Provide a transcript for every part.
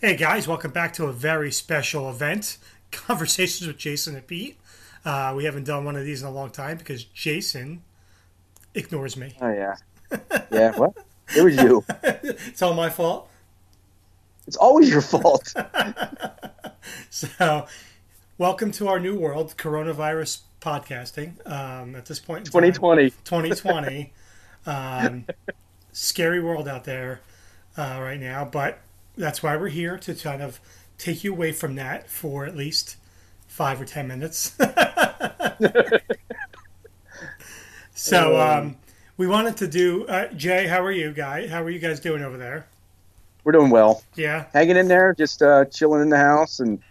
Hey guys, welcome back to a very special event Conversations with Jason and Pete. Uh, we haven't done one of these in a long time because Jason ignores me. Oh yeah, yeah. What? It was you. it's all my fault. It's always your fault. So, welcome to our new world, coronavirus podcasting. Um, at this point, in time- 2020. 2020. um, scary world out there uh, right now, but that's why we're here to kind of take you away from that for at least five or ten minutes. so um, we wanted to do uh, Jay. How are you, guy? How are you guys doing over there? We're doing well, Yeah, hanging in there, just uh, chilling in the house and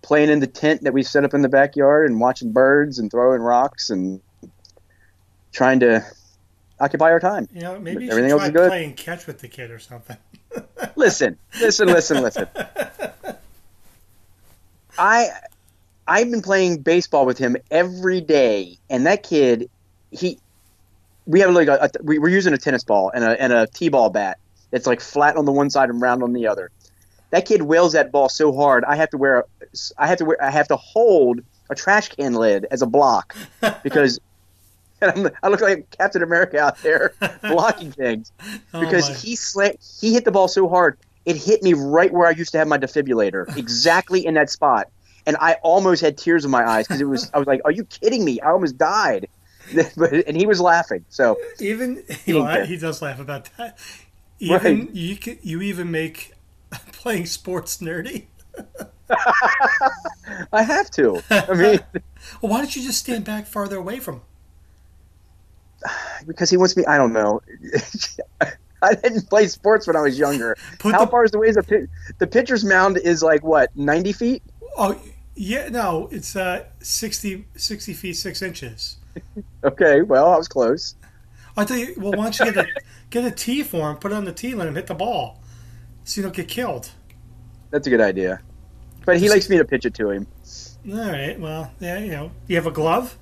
playing in the tent that we set up in the backyard and watching birds and throwing rocks and trying to occupy our time. you know maybe you Everything should else try is good? playing catch with the kid or something. Listen, listen, listen, listen. I I've been playing baseball with him every day, and that kid, he, we have like a, a we, we're using a tennis ball and a and a t-ball bat that's like flat on the one side and round on the other. That kid wails that ball so hard, I have to wear a, I have to wear, I have to hold a trash can lid as a block because. And I'm, I look like Captain America out there blocking things Oh, because my. he slant, he hit the ball so hard it hit me right where I used to have my defibrillator, exactly in that spot, and I almost had tears in my eyes because it was I was like, "Are you kidding me? I almost died," but, and he was laughing. So even well, I- there. he does laugh about that. Right. Even you can, you even make playing sports nerdy. I have to. I mean, Well, why don't you just stand back farther away from? him? because he wants me. I don't know. I didn't play sports when I was younger. Put How the- far is the way the pi- the pitcher's mound is like what ninety feet? Oh, yeah, no, it's uh 60, 60 feet six inches. Okay, well I was close. I tell you, well, why don't you get a get a tee for him, put it on the tee, let him hit the ball, so you don't get killed. That's a good idea, but he likes me to pitch it to him. All right, well, yeah, you know, you have a glove.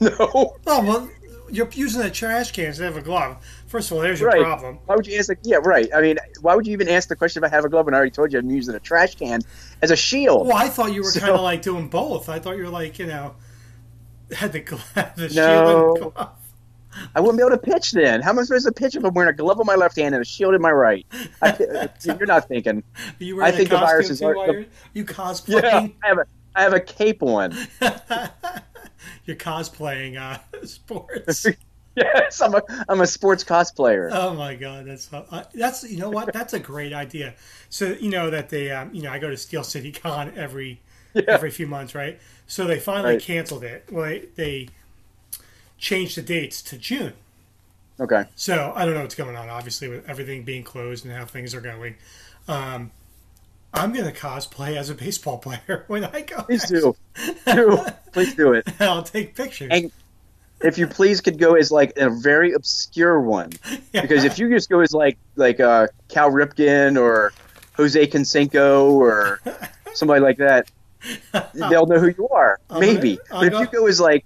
No. Oh well, you're using a trash can to have a glove. First of all, there's your Right. problem. Why would you ask? The, yeah, right. I mean, why would you even ask the question if I have a glove when I already told you I'm using a trash can as a shield? Well, Oh, I thought you were So- kind of like doing both. I thought you were like, you know, had the gl- the No. shield and glove. I wouldn't be able to pitch then. How am I supposed to pitch if I'm wearing a glove on my left hand and a shield in my right? I, you're not thinking. Are you wearing think a the costume viruses too are- while you're, you Yeah, cosplaying? I have a I have a cape on. You're cosplaying uh, sports. Yes, I'm a I'm a sports cosplayer. Oh my god, that's uh, that's you know what that's a great idea. So you know that they um, you know I go to Steel City Con every every few months, right? So they finally Right. canceled it. Well, they, they changed the dates to June. Okay, So I don't know what's going on. Obviously, with everything being closed and how things are going, um, I'm gonna cosplay as a baseball player when I go. please do, do please do it. I'll take pictures. And- If you please could go as like a very obscure one. because if you just go as like like uh, Cal Ripken or Jose Canseco or somebody like that, they'll know who you are. I'll- Maybe. I'll but if go- you go as like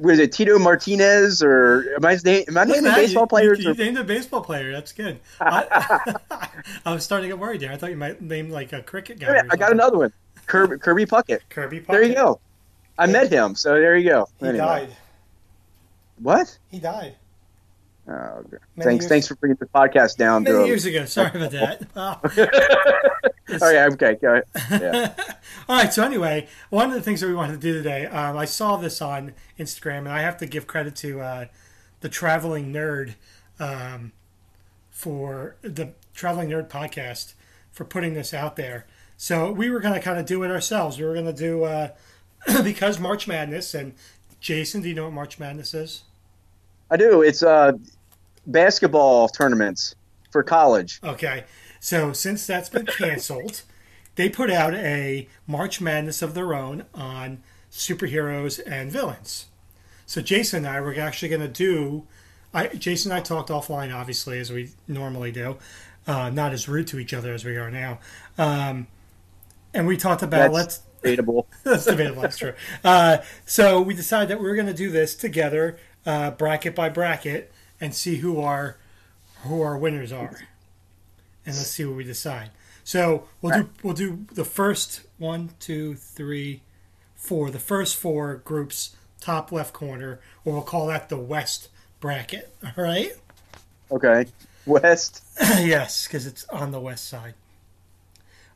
was it Tito Martinez or am I, na- am I Look at naming that, baseball you, players? You, or- you named a baseball player. That's good. I, I was starting to get worried there. I thought you might name like a cricket guy. Wait a minute, or I got something. another one. Kirby, Kirby Puckett. Kirby. Puckett. There you go. I met him, so there you go. He Anyway. died. What? He died Oh, okay. Many thanks, years- thanks for bringing the podcast down. many to a- years ago. Sorry about that. Wow. Oh yeah, okay, go ahead. Yeah. All right. So anyway, one of the things that we wanted to do today, um, I saw this on Instagram, and I have to give credit to uh, the traveling nerd um, for the traveling nerd podcast for putting this out there. So we were going to kind of do it ourselves. We were going to do uh, because March Madness and Jason, do you know what March Madness is? I do. It's uh, basketball tournaments for college. Okay. So since that's been canceled, they put out a March Madness of their own on superheroes and villains. So Jason and I were actually going to do. I, Jason and I talked offline, obviously, as we normally do, uh, not as rude to each other as we are now. Um, and we talked about That's let's debatable. that's debatable. That's true. Uh, so we decided that we were going to do this together, uh, bracket by bracket, and see who our who our winners are. and let's see what we decide. So we'll do we'll do the first one, two, three, four. The first four groups top left corner, or we'll call that the West bracket. All right. Okay. West. yes, because it's on the west side.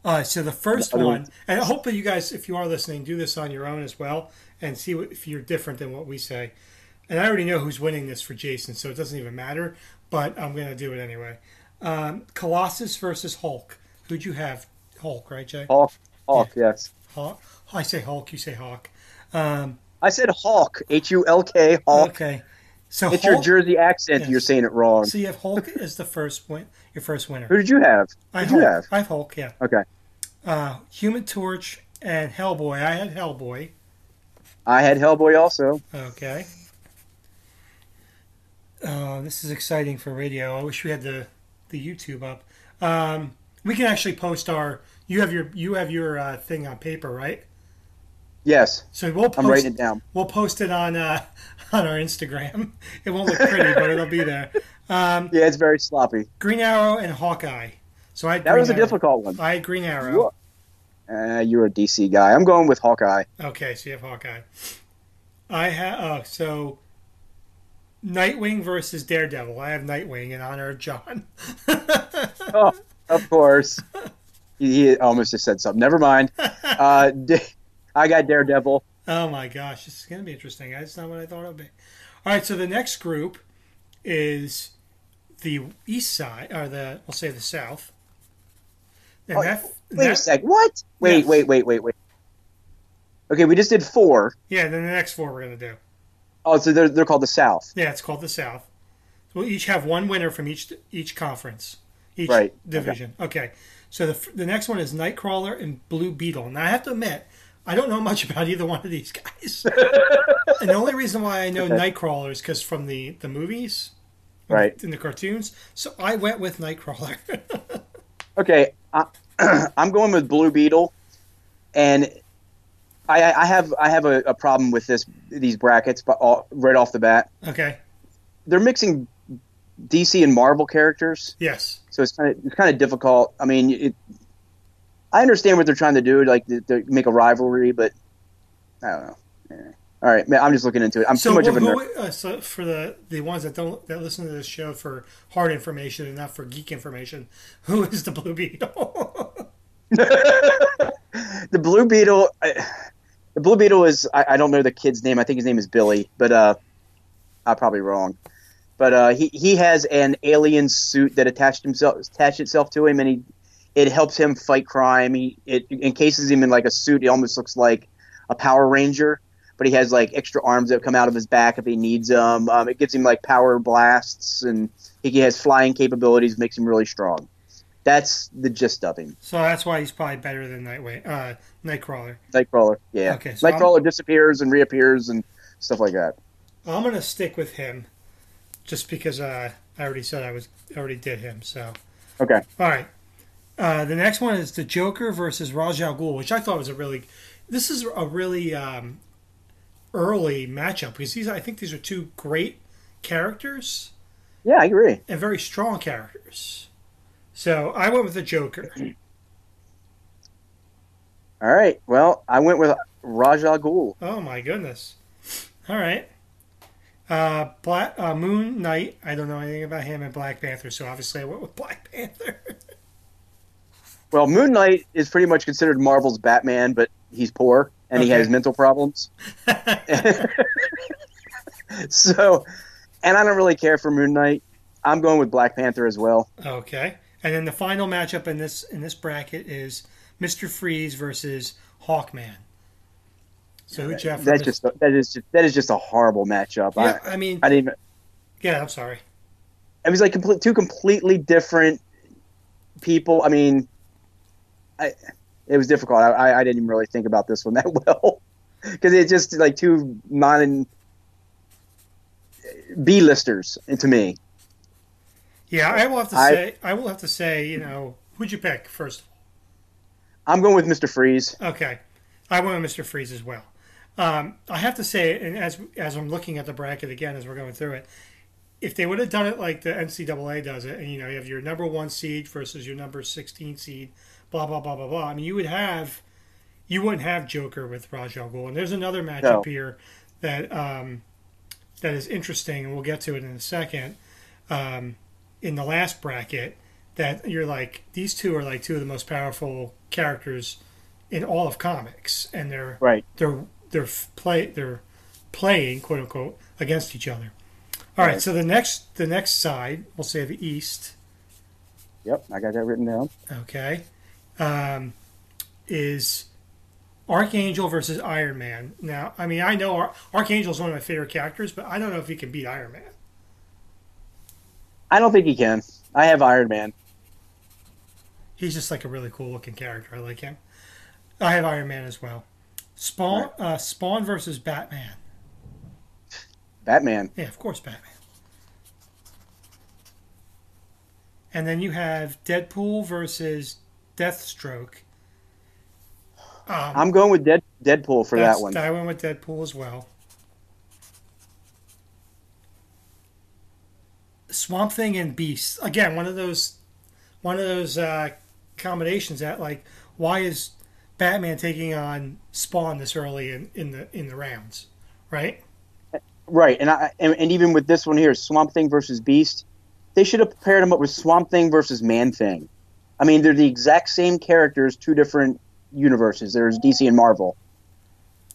Uh, so the first The other one, one- and hopefully you guys, if you are listening, do this on your own as well and see what, if you're different than what we say. And I already know who's winning this for Jason, so it doesn't even matter. But I'm gonna do it anyway. Um, Colossus versus Hulk. Who'd you have? Hulk, right, Jay? Hawk. Hawk. Yes. Hulk. I say Hulk. You say Hawk. I said Hawk. H U L K. Hawk. Okay. So It's your Hulk. Jersey accent. You're saying it wrong. so you have Hulk as the first win, your first winner. Who did you have? I Who have did you Hulk. have? I have Hulk. Yeah. Okay. uh, Human Torch and Hellboy. I had Hellboy. I had Hellboy also. Okay. Uh, this is exciting for radio. I wish we had the, the YouTube up. Um, we can actually post our. You have your you have your uh, thing on paper, right? Yes. So we'll post, I'm writing it down. We'll post it on uh, on our Instagram. It won't look pretty, but it'll be there. Um, Yeah, it's very sloppy. Green Arrow and Hawkeye. So I had That Green was a Arrow. difficult one. I had Green Arrow. You Uh, you're a DC guy. I'm going with Hawkeye. Okay, so you have Hawkeye. I have oh, so Nightwing versus Daredevil. I have Nightwing in honor of John. Oh, of course. He, he almost just said something. Never mind. Uh, D- I got Daredevil. oh my gosh, this is gonna be interesting. That's not what I thought it would be. All right, so the next group is the East Side, or the we'll say the South. And Oh, that, Wait a that- sec. What? Wait, Yes. wait, wait, wait, wait. Okay, we just did four. yeah, then the next four we're gonna do. Oh, so they're, they're called the South. Yeah, it's called the South. We'll each have one winner from each each conference, each Right. division. Okay. So the f- the next one is Nightcrawler and Blue Beetle. Now I have to admit, I don't know much about either one of these guys. and the only reason why I know Nightcrawler is because from the the movies, Right. in the cartoons. So I went with Nightcrawler. Okay, I, I'm going with Blue Beetle, and I, I I have I have a, a problem with this these brackets, but all, right off the bat, okay. they're mixing DC and Marvel characters. Yes. so it's kind of it's kind of difficult. I mean, it, I understand what they're trying to do, like to, to make a rivalry, but I don't know. Yeah. All right, man, I'm just looking into it. I'm So, too much who, of a nerd. who- uh, so for the the ones that don't that listen to this show for hard information and not for geek information, who is the Blue Beetle? The Blue Beetle, I, the Blue Beetle is I, I don't know the kid's name. I think his name is Billy, but uh, I'm probably wrong. But uh, he he has an alien suit that attached himself attached itself to him, and he it helps him fight crime. He it encases him in like a suit. He almost looks like a Power Ranger, but he has like extra arms that come out of his back if he needs them. Um, it gives him like power blasts, and he has flying capabilities, makes him really strong. That's the gist of him. So that's why he's probably better than Nightwing, uh, Nightcrawler. Nightcrawler, yeah. Okay, so Nightcrawler disappears and reappears and stuff like that. I'm gonna stick with him, just because uh, I already said I was I already did him. So Okay, all right, uh, the next one is the Joker versus Raj Al Ghul, which I thought was a really, this is a really um, early matchup because these I think these are two great characters yeah, I agree. and very strong characters. So I went with the Joker. All right, well, I went with Rajah Ghul. Oh my goodness. All right. Uh, Black uh, Moon Knight. I don't know anything about him and Black Panther, so obviously I went with Black Panther. Well, Moon Knight is pretty much considered Marvel's Batman, but he's poor and he Okay. has mental problems. so, and I don't really care for Moon Knight. I'm going with Black Panther as well. okay. And then the final matchup in this in this bracket is Mister Freeze versus Hawkman. So who Jeff? That's just that is just that is just a horrible matchup. yeah. I mean, I, I didn't. yeah. I'm sorry. it was like complete, two completely different people. I mean, I it was difficult. I- I, I didn't even really think about this one that well because it's just like two non B listers to me. Yeah, I will have to I- say. I will have to say. You know, who'd you pick first? I'm going with Mister Freeze. Okay, I went with Mr. Freeze as well. Um, I have to say, and as as I'm looking at the bracket again as we're going through it, if they would have done it like the NCAA does it, and you know, you have your number one seed versus your number sixteen seed, blah blah blah blah blah. I mean, you would have, you wouldn't have Joker with Rajal Ghul. And there's another matchup No. here that um, that is interesting, and we'll get to it in a second. Um, in the last bracket, that you're like these two are like two of the most powerful characters in all of comics, and they're Right. they're they're f- play they're playing quote unquote against each other. All right, Right. so the next the next side we'll say the East, Yep, I got that written down. okay, um, is Archangel versus Iron Man. Now, I mean, I know Ar- Archangel is one of my favorite characters, but I don't know if he can beat Iron Man. I don't think he can. I have Iron Man. He's just like a really cool looking character. I like him. I have Iron Man as well. Spawn uh, Spawn versus Batman. Batman. Yeah, of course, Batman. And then you have Deadpool versus Deathstroke. Um, I'm going with Dead, Deadpool for that's- that one. I went with Deadpool as well. Swamp Thing and Beast. Again, one of those, one of those uh, combinations that like, why is Batman taking on Spawn this early in, in the in the rounds, right? Right, and I and, and even with this one here, Swamp Thing versus Beast, they should have paired him up with Swamp Thing versus Man Thing. I mean, they're the exact same characters, two different universes. There's DC and Marvel.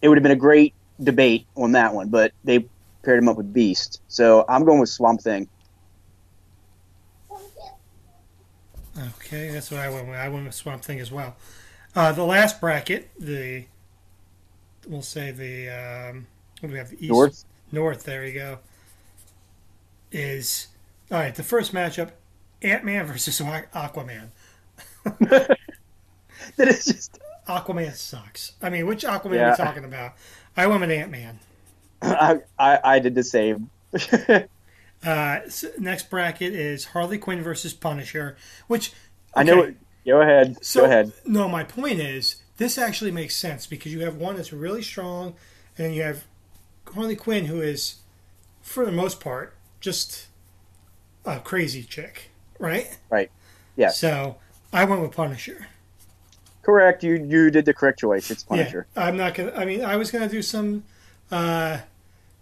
It would have been a great debate on that one, but they paired him up with Beast. So I'm going with Swamp Thing. Okay, that's what I went with. I went with Swamp Thing as well. Uh, the last bracket, the we'll say the um, what do we have? The East North. North. There you go. Is all right. The first matchup: Ant Man versus Aqu- Aquaman. That is just. Aquaman sucks. I mean, which Aquaman are Yeah. we talking about? I went with Ant Man. I, I I did the same. Uh, s next bracket is Harley Quinn versus Punisher, which I know. Okay. it- Go ahead. So, go ahead. No, my point is this actually makes sense because you have one that's really strong, and then you have Harley Quinn, who is, for the most part, just a crazy chick, right? Right. Yes. So I went with Punisher. Correct. You you did the correct choice. It's Punisher. Yeah, I'm not gonna. I mean, I was gonna do some, uh,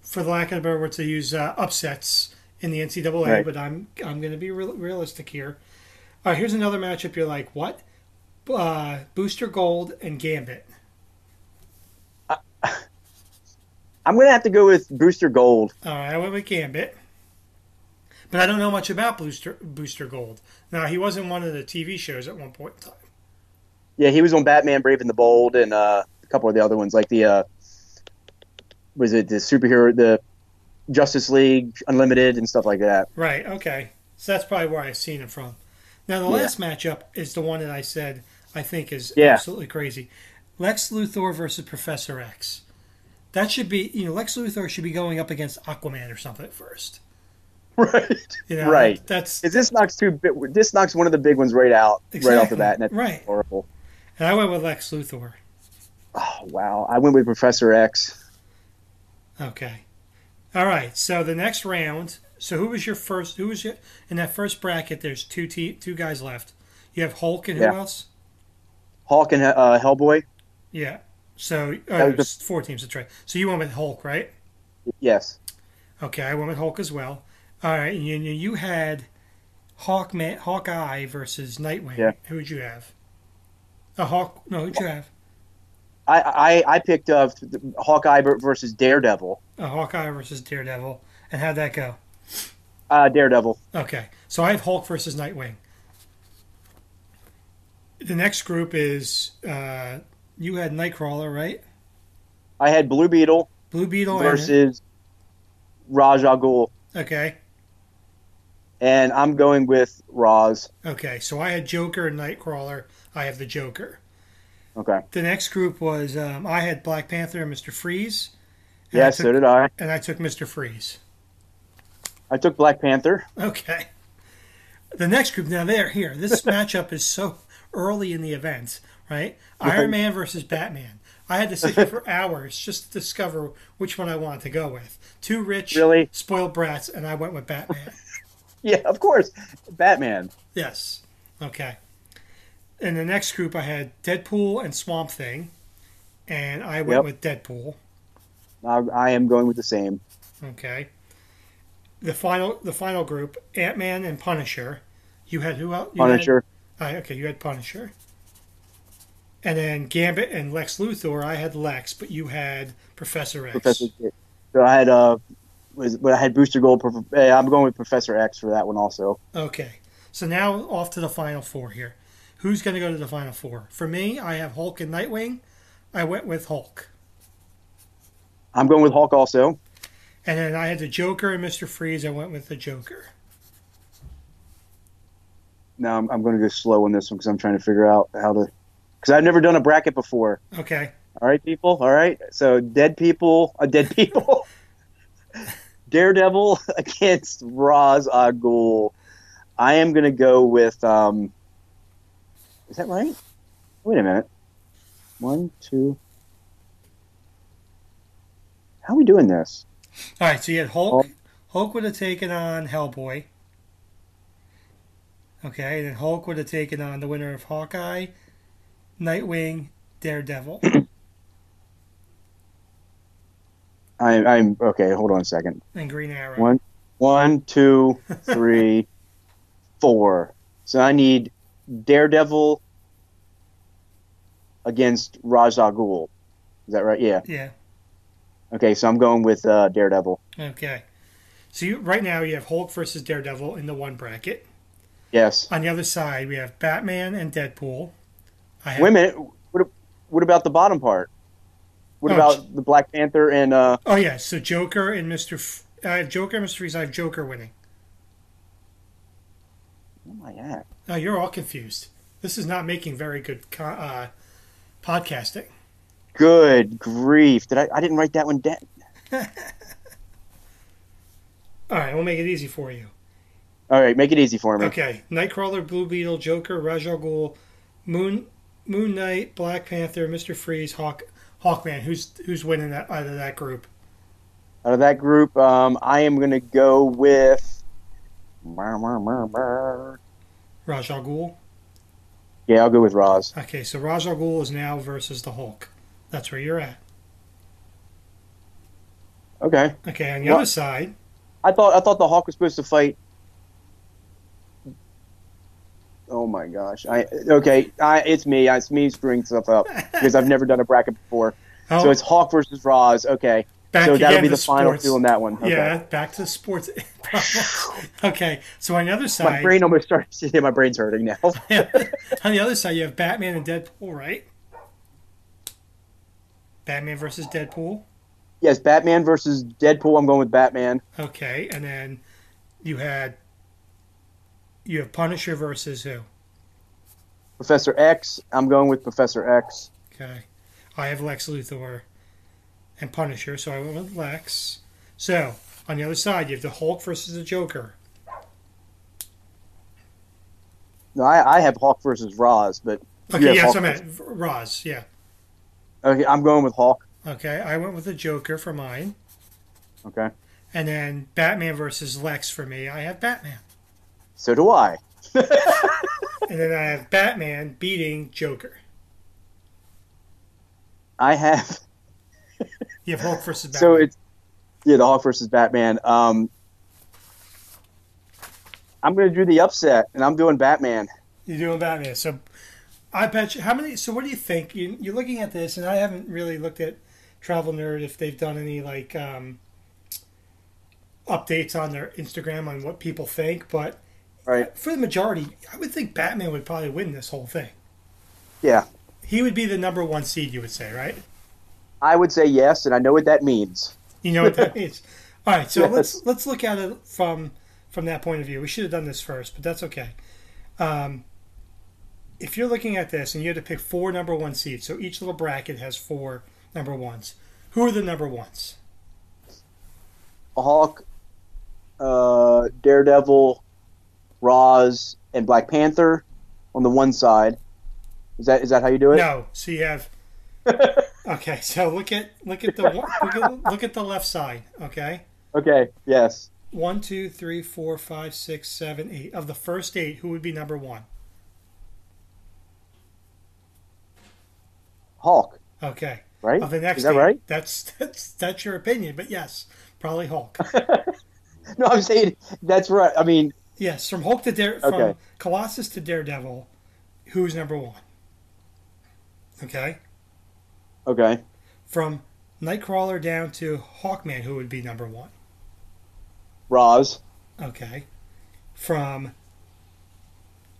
for the lack of a better word, to use uh, upsets in the NCAA, Right. but I'm I'm gonna be real realistic here. All right, here's another matchup. You're like, what? Uh, Booster Gold and Gambit. I'm gonna have to go with Brewster Gold. All right, I went with Gambit, but I don't know much about Booster Booster Gold. Now he was in one of the TV shows at one point in time. Yeah, he was on Batman: Brave and the Bold, and uh, a couple of the other ones, like the uh, was it the superhero, the Justice League Unlimited, and stuff like that. Right. Okay. So that's probably where I've seen him from. Now the last matchup is the one that I said I think is Yeah. absolutely crazy. Lex Luthor versus Professor X. That should be you know Lex Luthor should be going up against Aquaman or something at first. Right. You know, Right. That's This knocks two. bi- This knocks one of the big ones right out, right off Exactly. the bat, and that's Right. horrible. and I went with Lex Luthor. Oh wow! I went with Professor X. Okay. All right. So the next round. So who was your first? Who was your in that first bracket? There's two te- two guys left. You have Hulk and who Yeah. else? Hawk and uh, Hellboy. Yeah. So uh, was the- there's four teams. That's right. So you went with Hulk, right? Yes. Okay, I went with Hulk as well. All right, and you, you had Hawkman, Hawkeye versus Nightwing. Yeah. Who'd you have? A Hawk? No, who'd you have? I I, I picked uh, Hawkeye versus Daredevil. A Hawkeye versus Daredevil, and how'd that go? Uh, Daredevil. Okay, so I have Hulk versus Nightwing. The next group is uh, you had Nightcrawler, right? I had Blue Beetle Blue Beetle and- versus Raj Al Ghul, okay, and I'm going with Roz. okay. So I had Joker and Nightcrawler. I have the Joker. Okay. The next group was um, I had Black Panther and Mister Freeze. and I Yes, took- so did I. and I took Mr. Freeze. I took Black Panther. Okay. The next group now there here. This matchup is so early in the event, right? Iron Man versus Batman. I had to sit here for hours just to discover which one I wanted to go with. Two rich, Really? spoiled brats, and I went with Batman. Yeah, of course, Batman. yes. Okay. In the next group, I had Deadpool and Swamp Thing, and I went Yep. with Deadpool. I, I am going with the same. Okay. The final, the final group, Ant Man and Punisher. You had who else? You had- Punisher. I okay, you had Punisher. And then Gambit and Lex Luthor, I had Lex, but you had Professor X. Professor. X. So I had uh, was but I had Booster Gold. Prof- eh, I'm going with Professor X for that one also. Okay. So now off to the final four here. Who's going to go to the final four? For me, I have Hulk and Nightwing. I went with Hulk. I'm going with Hulk also. And then I had the Joker and Mr. Freeze. I went with the Joker. Now I'm, I'm going to go slow on this one because I'm trying to figure out how to. Because I've never done a bracket before. Okay. All right, people. All right. So dead people, uh, dead people. Daredevil against Raz Al Ghul. I am going to go with. Um, is that right? Wait a minute. One, two. How are we doing this? All right. So you had Hulk. Hulk would have taken on Hellboy. Okay. And then Hulk would have taken on the winner of Hawkeye, Nightwing, Daredevil. I, I'm okay. Hold on a second. and Green Arrow. One, one, two, three, four. So I need Daredevil against Raj Al Ghul. Is that right? Yeah. Yeah. Okay, so I'm going with uh, Daredevil. Okay. So you, right now you have Hulk versus Daredevil in the one bracket. Yes. On the other side we have Batman and Deadpool. I have, Wait a minute. What, what about the bottom part? What Oh, about the Black Panther and uh, Oh yeah. So Joker and Mister F- uh, Joker and Mister Freeze. I have Joker winning. oh my heck. Oh, you're all confused. This is not making very good co- uh, podcasting. Good grief! Did I? I didn't write that one down. All right, we'll make it easy for you. All right, make it easy for me. Okay, Nightcrawler, Blue Beetle, Joker, Ra's al Ghul, Moon Moon Knight, Black Panther, Mister Freeze, Hawk Hawkman. Who's who's winning that out of that group? Out of that group, um, I am going to go with. Yeah, Ra's al Ghul. I'll go with Roz. Okay, so Ra's al Ghul is now versus the Hulk. That's where you're at. Okay. Okay, on the What? other side, I thought I thought the Hawk was supposed to fight. Oh my gosh! I okay. I, it's me. It's me screwing stuff up because I've never done a bracket before. oh, So it's Hawk versus Roz. Okay. back so that'll again be to the final sports. two on that one. Okay. Yeah, back to sports. problems. okay, so on the other My side, brain almost starts. Yeah, my brain's hurting now. on the other side, you have Batman and Deadpool, right? Batman versus Deadpool. yes, Batman versus Deadpool. I'm going with Batman. Okay, and then you had you have Punisher versus who? Professor X. I'm going with Professor X. Okay. I have Lex Luthor and Punisher, so I went with Lex. So, on the other side, you have the Hulk versus the Joker. No, I, I have Hawk versus Roz, but you Okay, have yes, Hawk I versus- meant Roz, yeah. Okay, I'm going with Hawk. Okay, I went with the Joker for mine. Okay. And then Batman versus Lex for me, I have Batman. So do I. And then I have Batman beating Joker. I have You have Hulk versus Batman. So it's yeah, the Hawk versus Batman. Um, I'm going to do the upset, and I'm doing Batman. You're doing Batman. So I bet you how many. So what do you think? You, you're looking at this, and I haven't really looked at Travel Nerd if they've done any like um, updates on their Instagram on what people think. But All right, for the majority, I would think Batman would probably win this whole thing. yeah, He would be the number one seed, you would say, right? I would say yes, and I know what that means. You know what that means. All right, so let's Yes. let's look at it from from that point of view. We should have done this first, but that's okay. Um, if you're looking at this and you had to pick four number one seeds, so each little bracket has four number ones. Who are the number ones? Hawk, uh, Daredevil, Roz, and Black Panther on the one side. Is that is that how you do it? No, so you have Okay, so look at look at the look at, look at the left side. Okay, Okay. Yes. one, two, three, four, five, six, seven, eight. Of the first eight, who would be number one? Hulk. Okay. Right. Of the next Is that eight, right? That's that's that's your opinion, but yes, probably Hulk. No, I'm saying that's right. I mean, yes, from Hulk to Dare, from Okay. Colossus to Daredevil, who's number one? Okay, okay. from Nightcrawler down to Hawkman, who would be number one? Roz. Okay. From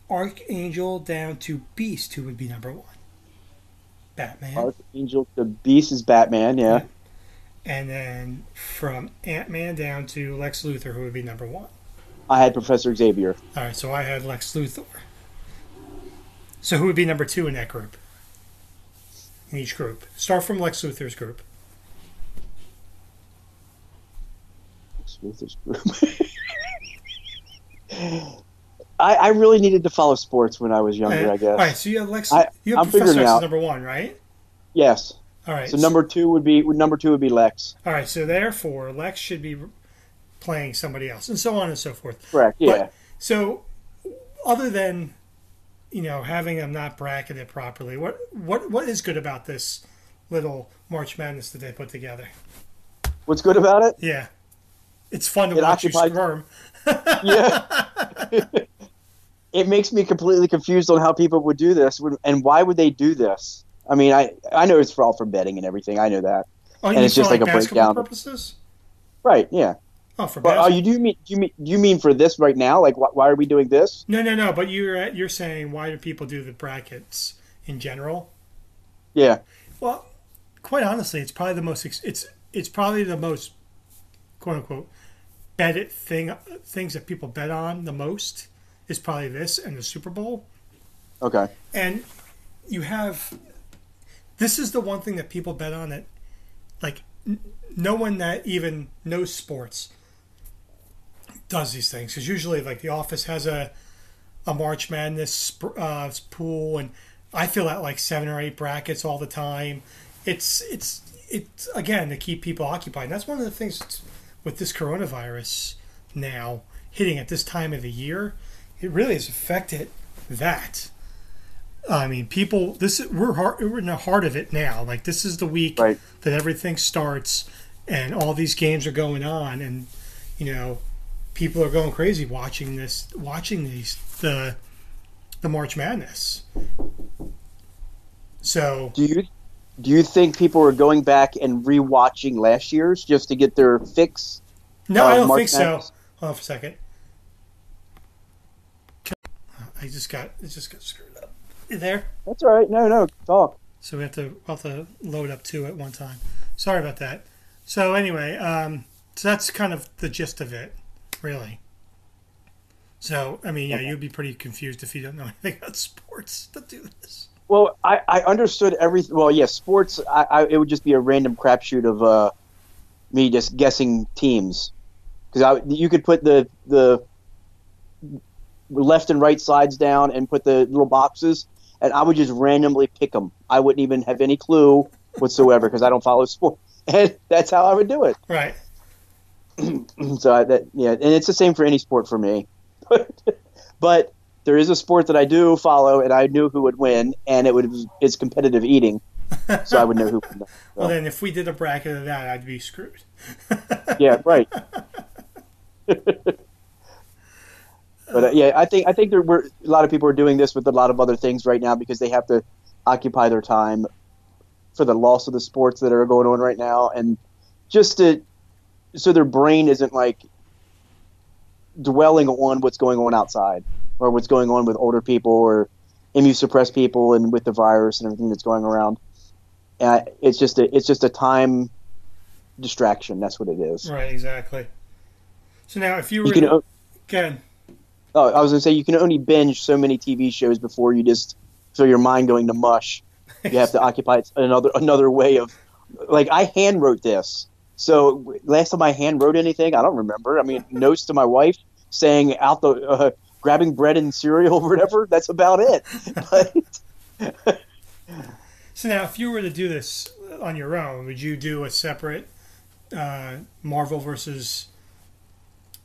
Archangel down to Beast, who would be number one? Batman. Archangel. The Beast is Batman. Yeah. And then from Ant Man down to Lex Luthor, who would be number one? I had Professor Xavier. All right, so I had Lex Luthor. So who would be number two in that group? In each group. Start from Lex Luthor's group. Smith is group. I, I really needed to follow sports when I was younger. Uh, I guess. All right, so you have Lex. I- you have I'm figuring Professor it X as out. number one, right? Yes. All right. So number two would be would number two would be Lex. All right, so therefore Lex should be playing somebody else, and so on and so forth. Correct. Yeah. But- So, other than you know having them not bracketed properly, what what what is good about this little March Madness that they put together? What's good about it? Yeah, it's fun to It watch you occupies- squirm. Yeah. it makes me completely confused on how people would do this would- and why would they do this? I mean, I I know it's for all for betting and everything. I know that. Oh, And it's for, just like a basketball breakdown. purposes. Right. Yeah. Oh, for But are basketball. you do you mean do you mean do you mean for this right now? Like why, why are we doing this? No, no, no. But you're at- you're saying why do people do the brackets in general? Yeah. Well, quite honestly, it's probably the most ex- it's it's probably the most quote unquote bet it thing things that people bet on the most is probably this and the Super Bowl. Okay. And you have this is the one thing that people bet on that like n- no one that even knows sports does these things because usually like the office has a a March Madness sp- uh, pool and I fill out like seven or eight brackets all the time. It's it's it's again to keep people occupied. And that's one of the things that's- with this coronavirus now hitting at this time of the year. It really has affected that. I mean, people. This we're hard, we're in the heart of it now. Like this is the week Right. that everything starts, and all these games are going on, and you know, people are going crazy watching this, watching these the the March Madness. So Do you do you think people are going back and rewatching last year's just to get their fix? no, Uh, I don't March think Madness. so. Hold on for a second. I just got it just got screwed up. You there? That's all right. No, no, talk. So we have to we'll have to load up two at one time. Sorry about that. So anyway, um, so that's kind of the gist of it, really. So I mean, yeah, you'd be pretty confused if you don't know anything about sports to do this. Well, I, I understood everything. Well, yeah, sports. I, I it would just be a random crapshoot of uh, me just guessing teams because I you could put the the left and right sides down and put the little boxes, and I would just randomly pick them. I wouldn't even have any clue whatsoever because I don't follow sport, and that's how I would do it. Right. So I, that yeah, and it's the same for any sport for me. but there is a sport that I do follow, and I knew who would win, and it would it's competitive eating, so I would know who. Would win. Well, then if we did a bracket of that, I'd be screwed. Yeah, right. but uh, yeah, I think I think there were a lot of people are doing this with a lot of other things right now because they have to occupy their time for the loss of the sports that are going on right now, and just to so their brain isn't like dwelling on what's going on outside or what's going on with older people or immunosuppressed people and with the virus and everything that's going around. Uh, it's just a it's just a time distraction. That's what it is. Right. Exactly. So now, if you You were can o- again, Oh, I was gonna say you can only binge so many TV shows before you just feel your mind going to mush. You have to occupy it another another way of like I hand wrote this. So w- last time I hand wrote anything, I don't remember. I mean, notes to my wife saying out the uh, grabbing bread and cereal or whatever. That's about it. But so now if you were to do this, on your own, would you do a separate uh, Marvel versus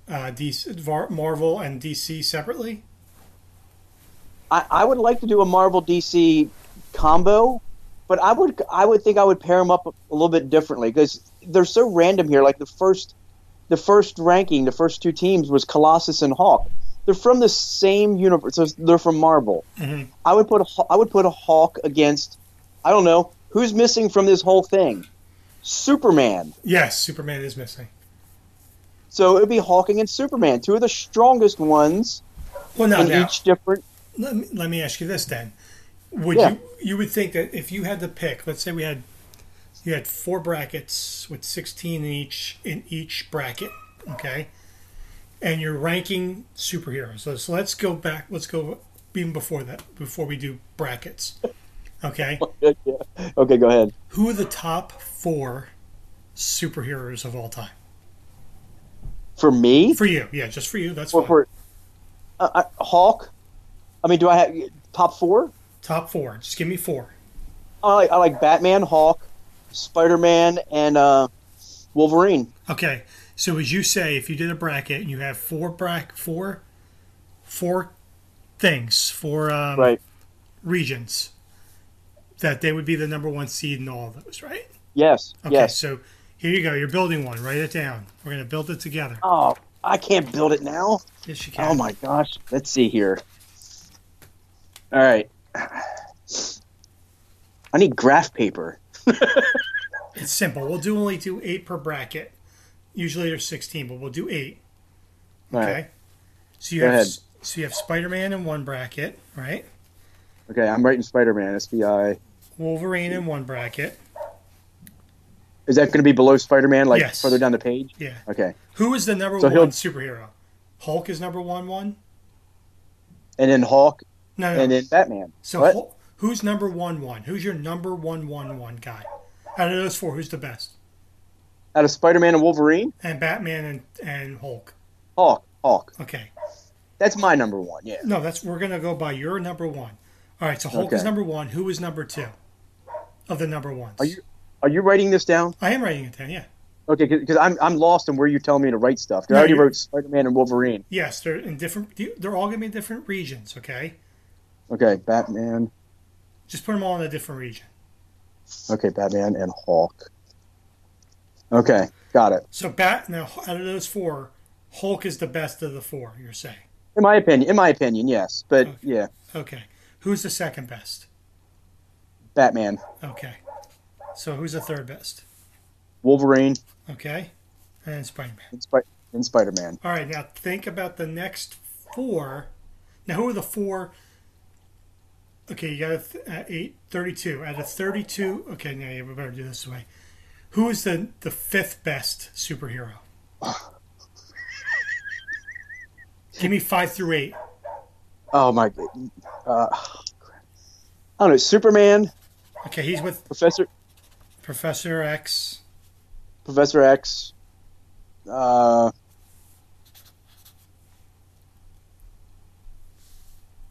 uh, DC, Var- Marvel and DC separately? I, I would like to do a Marvel DC combo, but I would I would think I would pair them up a little bit differently because they're so random here. Like the first the first ranking, the first two teams was Colossus and Hawk. They're from the same universe. So they're from Marvel. Mhm. I would put a, Haw- I would put a Hawk against I don't know who's missing from this whole thing. Superman. Yes, Superman is missing. So it would be Hawk against Superman, two of the strongest ones Well, no in doubt. each different. let me, let me ask you this then: Would Yeah. you you would think that if you had to pick, let's say we had you had four brackets with sixteen in each in each bracket, okay, and you're ranking superheroes. So, so let's go back. Let's go even before that. Before we do brackets, okay? Okay, go ahead. Who are the top four superheroes of all time For me, for you? Yeah, just for you. That's for, fine. for uh, uh, Hawk. I mean, do I have top four? top four. Just give me four. I like, I like Batman, Hawk, Spider Man, and uh, Wolverine. Okay, so as you say, if you did a bracket and you have four brack four, four things, four um, Right. regions, that they would be the number one seed in all of those, right? Yes. Okay, Yes. so here you go. You're building one. Write it down. We're gonna build it together. Oh, I can't build it now. Yes, you can. Oh my gosh. Let's see here. All right. I need graph paper. It's simple. We'll do only do eight per bracket. Usually there's sixteen, but we'll do eight. All Okay. right. So you Go have ahead. s- so you have Spider-Man in one bracket, right? Okay, I'm writing Spider Man. SBI. Wolverine in one bracket. Is that going to be below Spider Man, like Yes. further down the page? Yeah. Okay. Who is the number So one he'll- superhero? Hulk is number one. One. And then Hawk, No, no. and then Batman. so what? Hulk, who's number one? One. Who's your number one? One. One guy. Out of those four, who's the best? Out of Spider Man and Wolverine, And Batman and and Hulk. Hawk. Hawk. Okay. That's my number one. Yeah. No, that's we're gonna go by your number one. All right. So Hulk is Okay. number one. Who is number two? Of the number ones. Are you- Are you writing this down? I am writing it down. Yeah. Okay, because I'm, I'm lost in where you're telling me to write stuff. 'Cause No, I already you're- wrote Spider Man and Wolverine. Yes, they're in different. They're all gonna be in different regions. Okay. Okay, Batman. Just put them all in a different region. Okay, Batman and Hulk. Okay, got it. So Bat now out of those four, Hulk is the best of the four. You're saying. In my opinion, in my opinion, yes, but Okay. yeah, Okay. Who's the second best? Batman, Okay. So who's the third best? Wolverine, Okay. And Spider Man. and, Spi- and Spider Man. All right. Now think about the next four. Now, who are the four? Okay. You got a th- uh, eight, 32. Out of 32. Okay. Now you better do this way. Who is the, the fifth best superhero? Give me five through eight. Oh my, g- uh, crap. I don't know. Superman, Okay. He's with Professor Professor X. Professor X. Uh,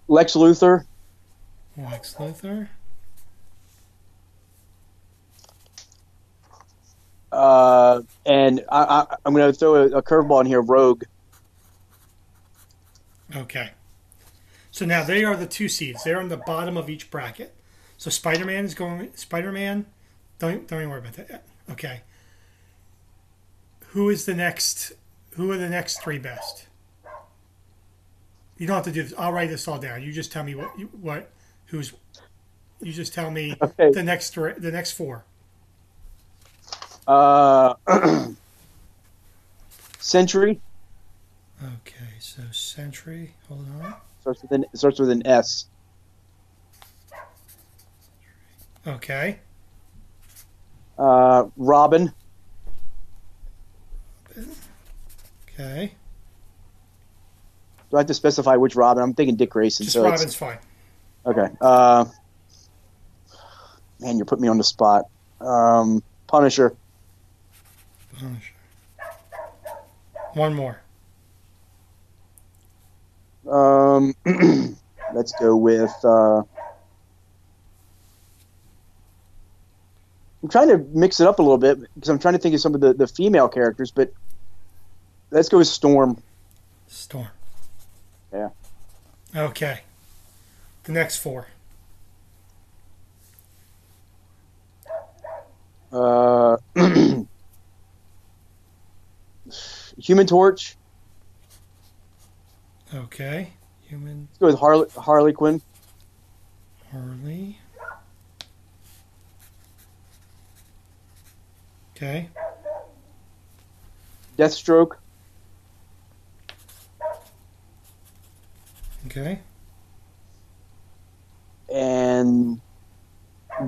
Lex Luthor. Lex Luthor. Uh, and I, I, I'm going to throw a, a curveball in here. Rogue. Okay. So now they are the two seeds. They're on the bottom of each bracket. So Spider Man is going. Spider Man, don't don't even worry about that. yet. Okay. Who is the next? Who are the next three best? You don't have to do this. I'll write this all down. You just tell me what you, what who's. You just tell me Okay. the next three, the next four. Uh, Century Okay, so Sentry, hold on. starts with an starts with an S. Okay, Uh, Robin. okay. Do I have to specify which Robin? I'm thinking Dick Grayson. Just so it's- Robin's fine. okay. Uh, man, you put me on the spot. Um, Punisher. Punisher. One more. Um, let's go with. Uh, I'm trying to mix it up a little bit because I'm trying to think of some of the, the female characters, but let's go with Storm. Storm. Yeah. Okay. The next four. Uh, Human Torch. Okay. Human Let's go with Harley, Harley Quinn. Harley. Okay. Deathstroke. Okay. And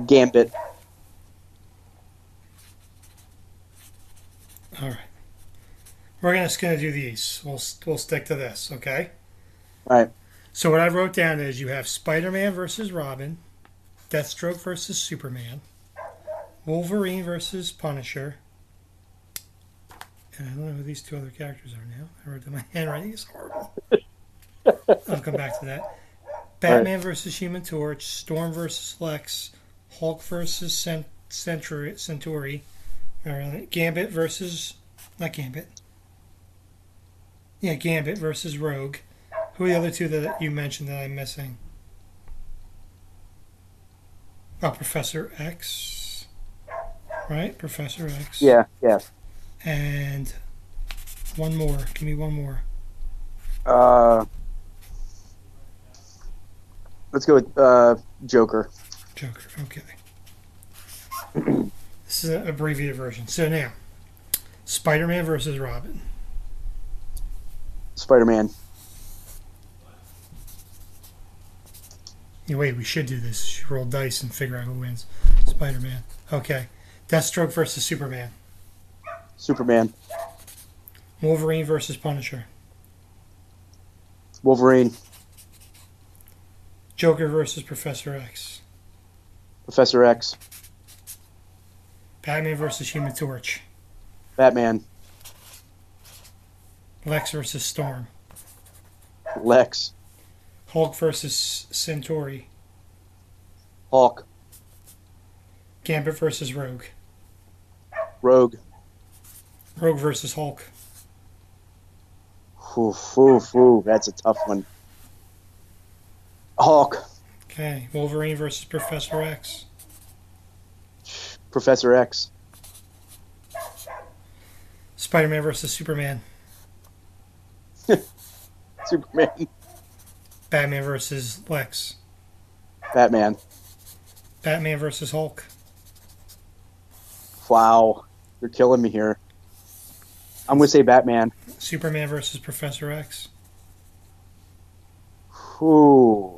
Gambit. All right. We're gonna- just going to do these. We'll, s- we'll stick to this, okay? All right. So what I wrote down is you have Spider-Man versus Robin, Deathstroke versus Superman, Wolverine versus Punisher, and I don't know who these two other characters are now. I wrote that my handwriting is horrible. I'll come back to that. Batman versus Human Torch, Storm versus Lex, Hulk versus Cent- Century, Centauri, or uh, Gambit versus not Gambit. Yeah, Gambit versus Rogue. Who are the other two that you mentioned that I'm missing? Oh, Professor X. Right? Professor X. Yeah. Yeah. And one more. Give me one more. Uh, let's go with uh, Joker. Joker. Okay. this is an abbreviated version. So now, Spider Man versus Robin. Spider Man. Yeah, wait, we should do this. Should roll dice and figure out who wins. Spider Man. Okay. Deathstroke versus Superman. Superman. Wolverine versus Punisher. Wolverine. Joker versus Professor X. Professor X. Batman versus Human Torch. Batman. Lex versus Storm. Lex. Hulk versus Centauri. Hawk. Gambit versus Rogue. Rogue. Rogue versus Hulk. Oof, oof, oof. That's a tough one. Hawk. Okay. Wolverine versus Professor X. Professor X. Spider Man versus Superman. Superman. Batman versus Lex. Batman. Batman versus Hulk. Wow. You're killing me here. I'm going to say Batman. Superman versus Professor X. Ooh.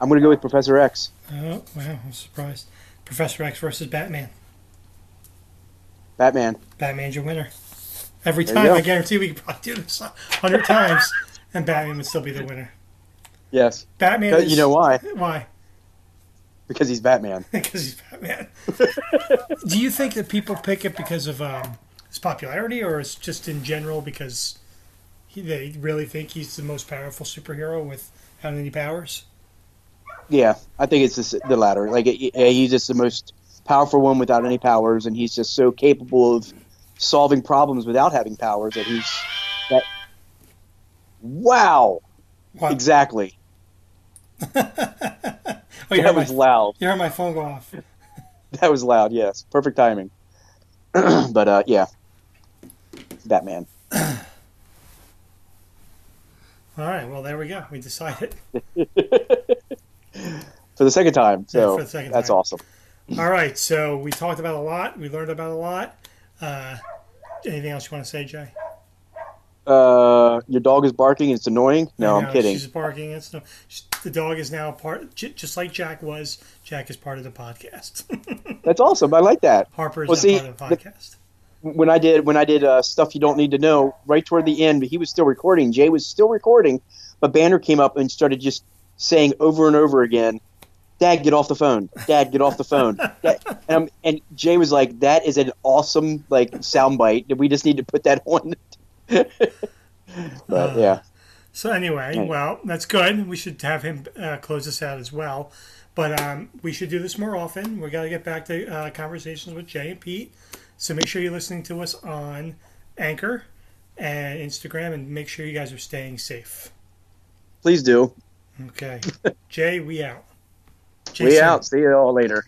I'm going to go with Professor X. Oh, wow. I'm surprised. Professor X versus Batman. Batman. Batman's your winner. Every There you time, go. I guarantee we could probably do this a 100 times, and Batman would still be the winner. Yes. Batman Uh, is. You know why? Why? Because he's Batman. because he's Batman. Do you think that people pick it because of um, his popularity, or it's just in general because he, they really think he's the most powerful superhero without any powers? Yeah, I think it's the, the latter. Like it, yeah, he's just the most powerful one without any powers, and he's just so capable of solving problems without having powers that he's that. Wow! Wow. Exactly. Oh, you that heard, was my, loud. you heard my phone go off. That was loud. Yes, perfect timing. but uh, yeah, Batman. All right, well, there we go. We decided. For the second time, so for the second that's time. awesome. All right, so we talked about a lot. We learned about a lot. Uh, anything else you want to say, Jay? Uh, your dog is barking. It's annoying. No, I I'm know, kidding. She's barking. It's no, she, the dog is now part, j- just like Jack was. Jack is part of the podcast. That's awesome. I like that. Harper is Well, not see, part of the the- podcast. when I did when I did uh, stuff you don't need to know right toward the end, he was still recording. Jay was still recording, but Banner came up and started just saying over and over again, "Dad, get off the phone. Dad, get off the phone." Dad. And, I'm, and Jay was like, "That is an awesome like soundbite. We just need to put that on." but yeah, So anyway, well, that's good. We should have him uh, close this out as well. But um, we should do this more often. We got to get back to uh, conversations with Jay and Pete. So make sure you're listening to us on Anchor and Instagram, and make sure you guys are staying safe. Please do. Okay, Jay, we out. we Jason, out. See you all later.